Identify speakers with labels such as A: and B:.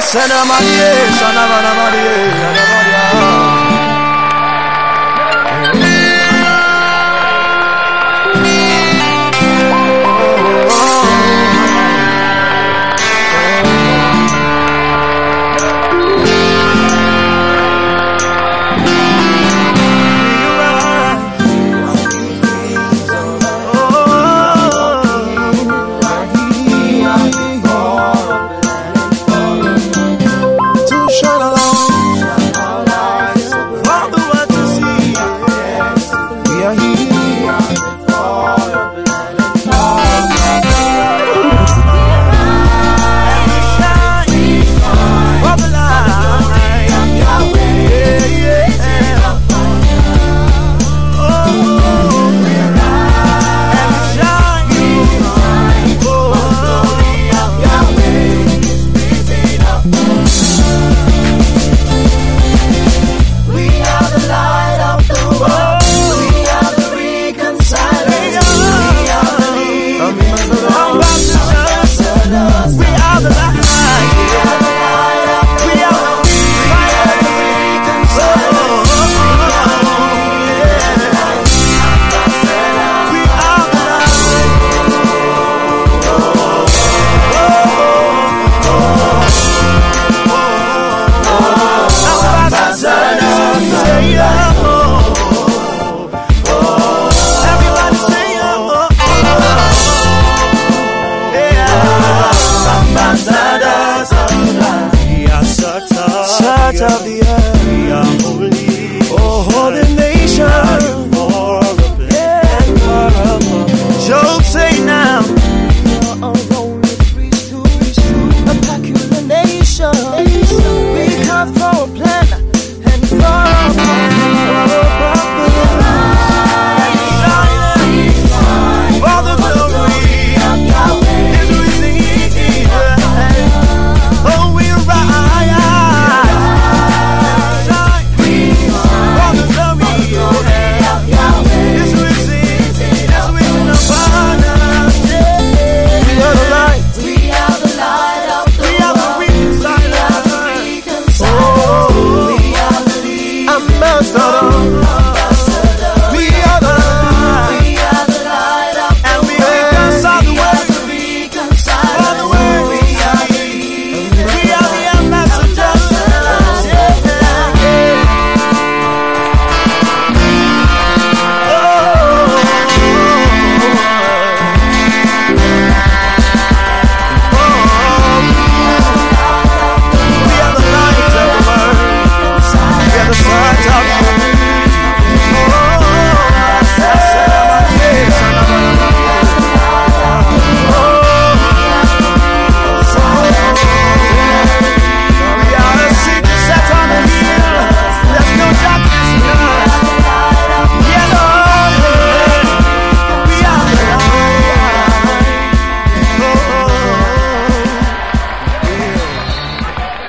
A: Sena Maria, Sana Maria,